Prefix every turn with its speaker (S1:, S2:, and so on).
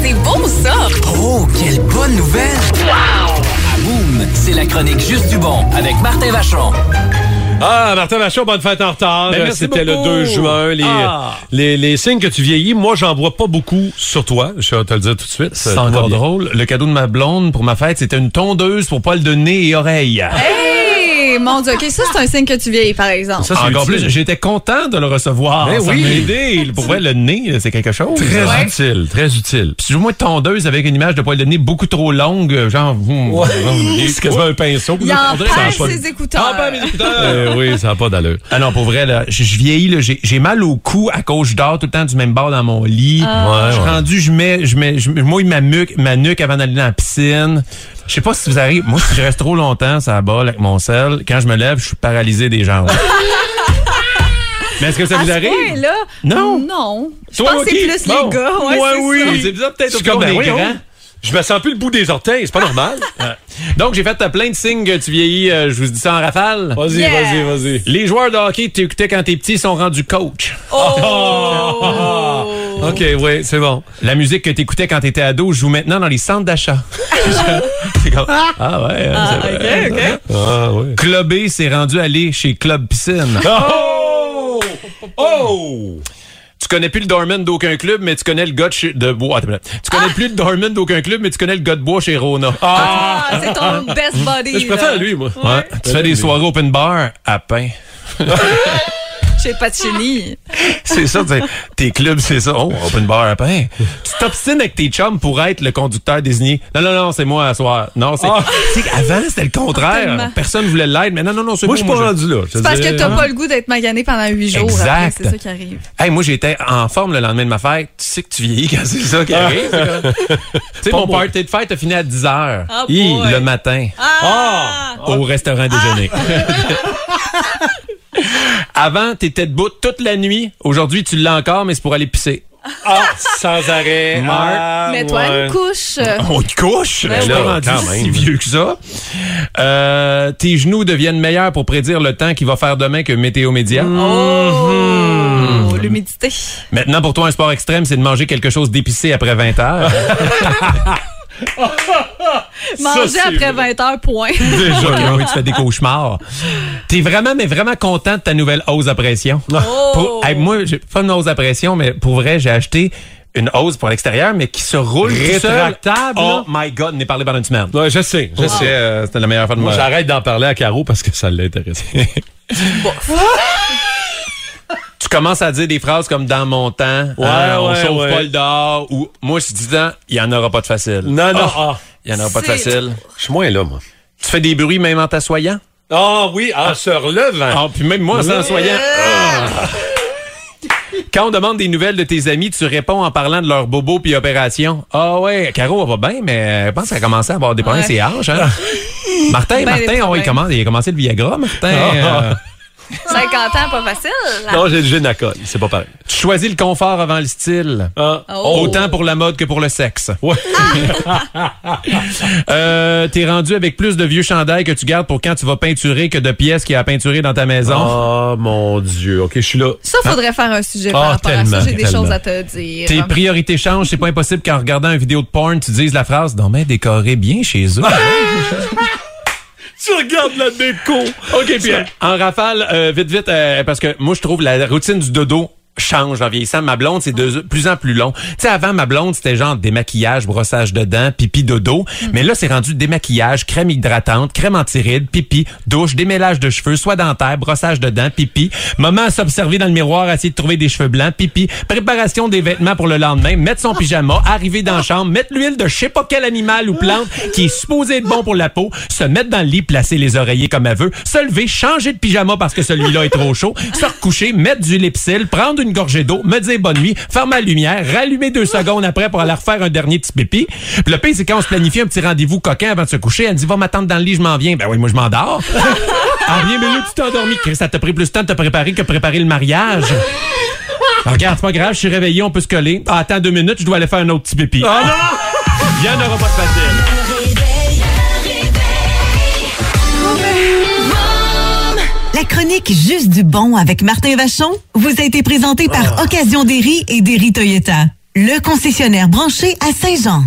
S1: C'est beau, ça!
S2: Oh, quelle bonne nouvelle! À Boom, c'est la chronique Juste du Bon avec Martin Vachon.
S3: Ah, Martin Machon, bonne fête en retard.
S4: Ben, merci
S3: C'était le
S4: beaucoup.
S3: 2 juin. Les,
S4: Ah.
S3: les, les signes que tu vieillis, moi, j'en vois pas beaucoup sur toi. Je vais te le dire tout de suite.
S4: C'est
S3: Tout va
S4: encore
S3: bien.
S4: drôle. Le cadeau de ma blonde pour ma fête, c'était une tondeuse pour poils de nez et oreilles.
S5: Hey, mon Dieu, OK, ça, c'est un signe que tu vieillis, par exemple.
S3: Ça, c'est
S4: encore
S3: utile.
S4: plus, j'étais content de le recevoir.
S3: Ben
S4: ça
S3: oui.
S4: m'a aidé. Pour vrai, le nez, là, c'est quelque chose.
S3: Très
S4: Ouais.
S3: utile, très utile.
S4: Puis moi, tondeuse avec une image de poils de nez beaucoup trop longue, euh, genre... hum, hum,
S3: C'est quasiment un pinceau.
S5: Il en
S3: Ça a
S5: perd
S3: pas de-
S5: ses écouteurs.
S3: Ah, ben, mes écouteurs. Euh, oui, ça n'a pas d'allure.
S4: Ah non, pour vrai, là, je, je vieillis, là, j'ai, j'ai mal au cou à cause je dors tout le temps du même bord dans mon lit.
S5: Ah.
S3: Ouais,
S4: je suis
S3: ouais.
S4: rendu, je mets, je mets, je mouille ma nuque, ma nuque avant d'aller dans la piscine. Je sais pas si vous arrivez. Moi, si je reste trop longtemps, ça bat avec mon sel. Quand je me lève, je suis paralysé des jambes. Mais est-ce que ça
S5: À
S4: vous
S5: ce
S4: arrive?
S5: point-là,
S4: Non.
S5: Non. Je
S3: Toi,
S5: pense que c'est
S3: Loki?
S5: plus les
S3: Bon.
S5: gars. Ouais,
S3: Moi,
S5: c'est
S3: oui.
S5: ça.
S4: C'est bizarre, peut-être,
S3: Je suis
S4: au fond
S3: comme, ben,
S4: des
S3: voyons,
S4: grands.
S3: Je me sens plus le bout des orteils, c'est pas normal. Ah.
S4: Donc, j'ai fait euh, plein de signes que tu vieillis. euh, je vous dis ça en rafale.
S3: Vas-y,
S5: Yes.
S3: vas-y, vas-y.
S4: Les joueurs de hockey que t'écoutais quand t'es petit sont rendus coach.
S5: Oh!
S3: OK, oui, c'est bon.
S4: La musique que t'écoutais quand t'étais ado joue maintenant dans les centres d'achat. C'est comme, ah ouais, euh, c'est vrai.
S5: OK, OK.
S3: Ah, oui.
S4: Clubé s'est rendu aller chez Club Piscine.
S3: Oh! Oh!
S4: Tu connais plus le doorman d'aucun club, mais tu connais le gars de, chez- de bois. Attends, tu connais plus le doorman d'aucun club, mais tu connais le gars de bois chez Rona.
S5: Ah, c'est ton best buddy.
S3: Je préfère
S5: là.
S3: lui, moi.
S4: Ouais. Tu fais des soirées open bar à pain.
S5: Chez
S3: Ah.
S5: Pacini.
S4: C'est ça, t'sais, tes clubs, c'est ça. Oh, open bar à pain. Tu t'obstines avec tes chums pour être le conducteur désigné. Non, non, non, c'est moi à soir. Non, c'est.
S3: Ah.
S4: Tu sais, avant, c'était le contraire.
S5: Tellement.
S4: Personne voulait l'aide, mais non, non, non, c'est
S3: Moi, je suis
S4: moi,
S3: pas
S4: moi,
S3: rendu là. je te
S5: C'est parce
S3: dirais.
S5: que t'as pas le goût d'être magané pendant huit jours.
S4: Exact.
S5: après, C'est ça qui arrive.
S4: Hey, moi, j'étais en forme le lendemain de ma fête. Tu sais que tu vieillis quand c'est ça qui arrive. c'est comme- Tu sais,
S3: Ah. Pas
S4: mon
S3: moi.
S4: party de fête a fini à 10 h
S5: Ah, boy.
S4: le matin
S5: Ah!
S4: au restaurant déjeuner. Avant, t'étais debout toute la nuit. Aujourd'hui, tu l'as encore, mais c'est pour aller pisser.
S3: Ah, sans arrêt. Ah,
S5: Mets-toi
S3: ouais.
S5: une couche. euh,
S4: On te couche.
S5: Ben
S4: je suis
S3: oui.
S4: pas rendu
S3: Quand
S4: si
S3: même.
S4: vieux que ça. Euh, tes genoux deviennent meilleurs pour prédire le temps qu'il va faire demain que Météo Média.
S3: Mm. Hmm.
S5: Oh! L'humidité.
S4: Maintenant, pour toi, un sport extrême, c'est de manger quelque chose d'épicé après 20 heures.
S5: Manger
S3: c'est
S5: après
S3: vrai.
S5: 20 heures, point.
S4: Déjà, là, oui, tu fais des cauchemars. T'es vraiment, mais vraiment content de ta nouvelle hausse à pression.
S3: Oh.
S4: Pour- hey, moi, j'ai pas une hausse à pression, mais pour vrai, j'ai acheté une hausse pour l'extérieur, mais qui se roule tout seul.
S3: Rétractable,
S4: Oh
S3: là.
S4: my God, n'est parlé pendant une semaine.
S3: Ouais, je sais. Je
S4: Je
S3: sais.
S4: sais, euh, c'était la meilleure fois de
S3: Moi,
S4: ma
S3: j'arrête d'en parler à Caro parce que ça l'intéresse.
S4: Tu commences à dire des phrases comme dans mon temps, hein,
S3: Ouais,
S4: on
S3: ouais,
S4: chauffe
S3: ouais.
S4: pas le dehors, ou moi, je suis disant, il y en aura pas de facile.
S3: non, non.
S4: Ah,
S3: Ah,
S4: Il y en aura pas de
S5: C'est-
S4: facile.
S3: je suis moins là, moi.
S4: Tu fais des bruits même en t'assoyant?
S3: Ah oui, en se relevant.
S4: Ah, puis même moi, en s'assoyant. Ah. Quand on demande des nouvelles de tes amis, tu réponds en parlant de leur bobo puis opération. Ah ouais, Caro elle va bien, mais je pense qu'elle a commencé à avoir des problèmes
S5: Ouais.
S4: de ses hanches. Hein? Martin,
S5: Ben, des
S4: Martin, oh, il,
S5: problèmes.
S4: commence, il a commencé le Viagra, Martin.
S3: Ah.
S4: Euh,
S5: 50 ans, pas facile.
S3: Non, j'ai le génacol. C'est pas pareil.
S4: tu choisis le confort avant le style.
S3: Ah.
S5: Oh.
S4: Autant pour la mode que pour le sexe.
S3: Ouais.
S4: Euh, T'es rendu avec plus de vieux chandails que tu gardes pour quand tu vas peinturer que de pièces qu'il y a à peinturer dans ta maison.
S3: Ah, mon Dieu. OK, je suis là.
S5: Ça, faudrait faire un sujet par
S3: Ah,
S5: rapport à ça.
S3: tellement,
S5: J'ai des
S3: tellement.
S5: choses à te dire.
S4: Tes priorités changent, c'est pas impossible qu'en regardant une vidéo de porn, tu dises la phrase Non mais décoré bien chez eux.
S3: Tu regardes la déco.
S4: OK, puis euh, en rafale, euh, vite, vite, euh, parce que moi, je trouve la routine du dodo change en vieillissant. Ma blonde, c'est de plus en plus long. Tu sais, avant, ma blonde, c'était genre démaquillage, brossage de dents, pipi, dodo. Mais là, c'est rendu démaquillage, crème hydratante, crème antiride, pipi, douche, démêlage de cheveux, soie dentaire, brossage de dents, pipi. Maman à s'observer dans le miroir, à essayer de trouver des cheveux blancs, pipi. Préparation des vêtements pour le lendemain, mettre son pyjama, arriver dans la chambre, mettre l'huile de je sais pas quel animal ou plante qui est supposé être bon pour la peau, se mettre dans le lit, placer les oreillers comme elle veut, se lever, changer de pyjama parce que celui-là est trop chaud, se recoucher, mettre du lipsil, prendre une gorgée d'eau, me dire bonne nuit, faire ma lumière, rallumer deux secondes après pour aller refaire un dernier petit pipi. Puis le pire, c'est quand on se planifie un petit rendez-vous coquin avant de se coucher, elle dit va m'attendre dans le lit, je m'en viens. Ben oui, moi je m'endors. En bien, mais là, tu t'es endormi. Chris, ça t'a pris plus de temps de te préparer que de préparer le mariage. Ah, regarde, c'est pas grave, je suis réveillé, on peut se coller. Ah, attends deux minutes, je dois aller faire un autre petit pipi. Ah Il y en aura pas de facile.
S6: La chronique Juste du bon avec Martin Vachon vous a été présentée par Occasion des riz et des riz Toyota. le concessionnaire branché à Saint-Jean.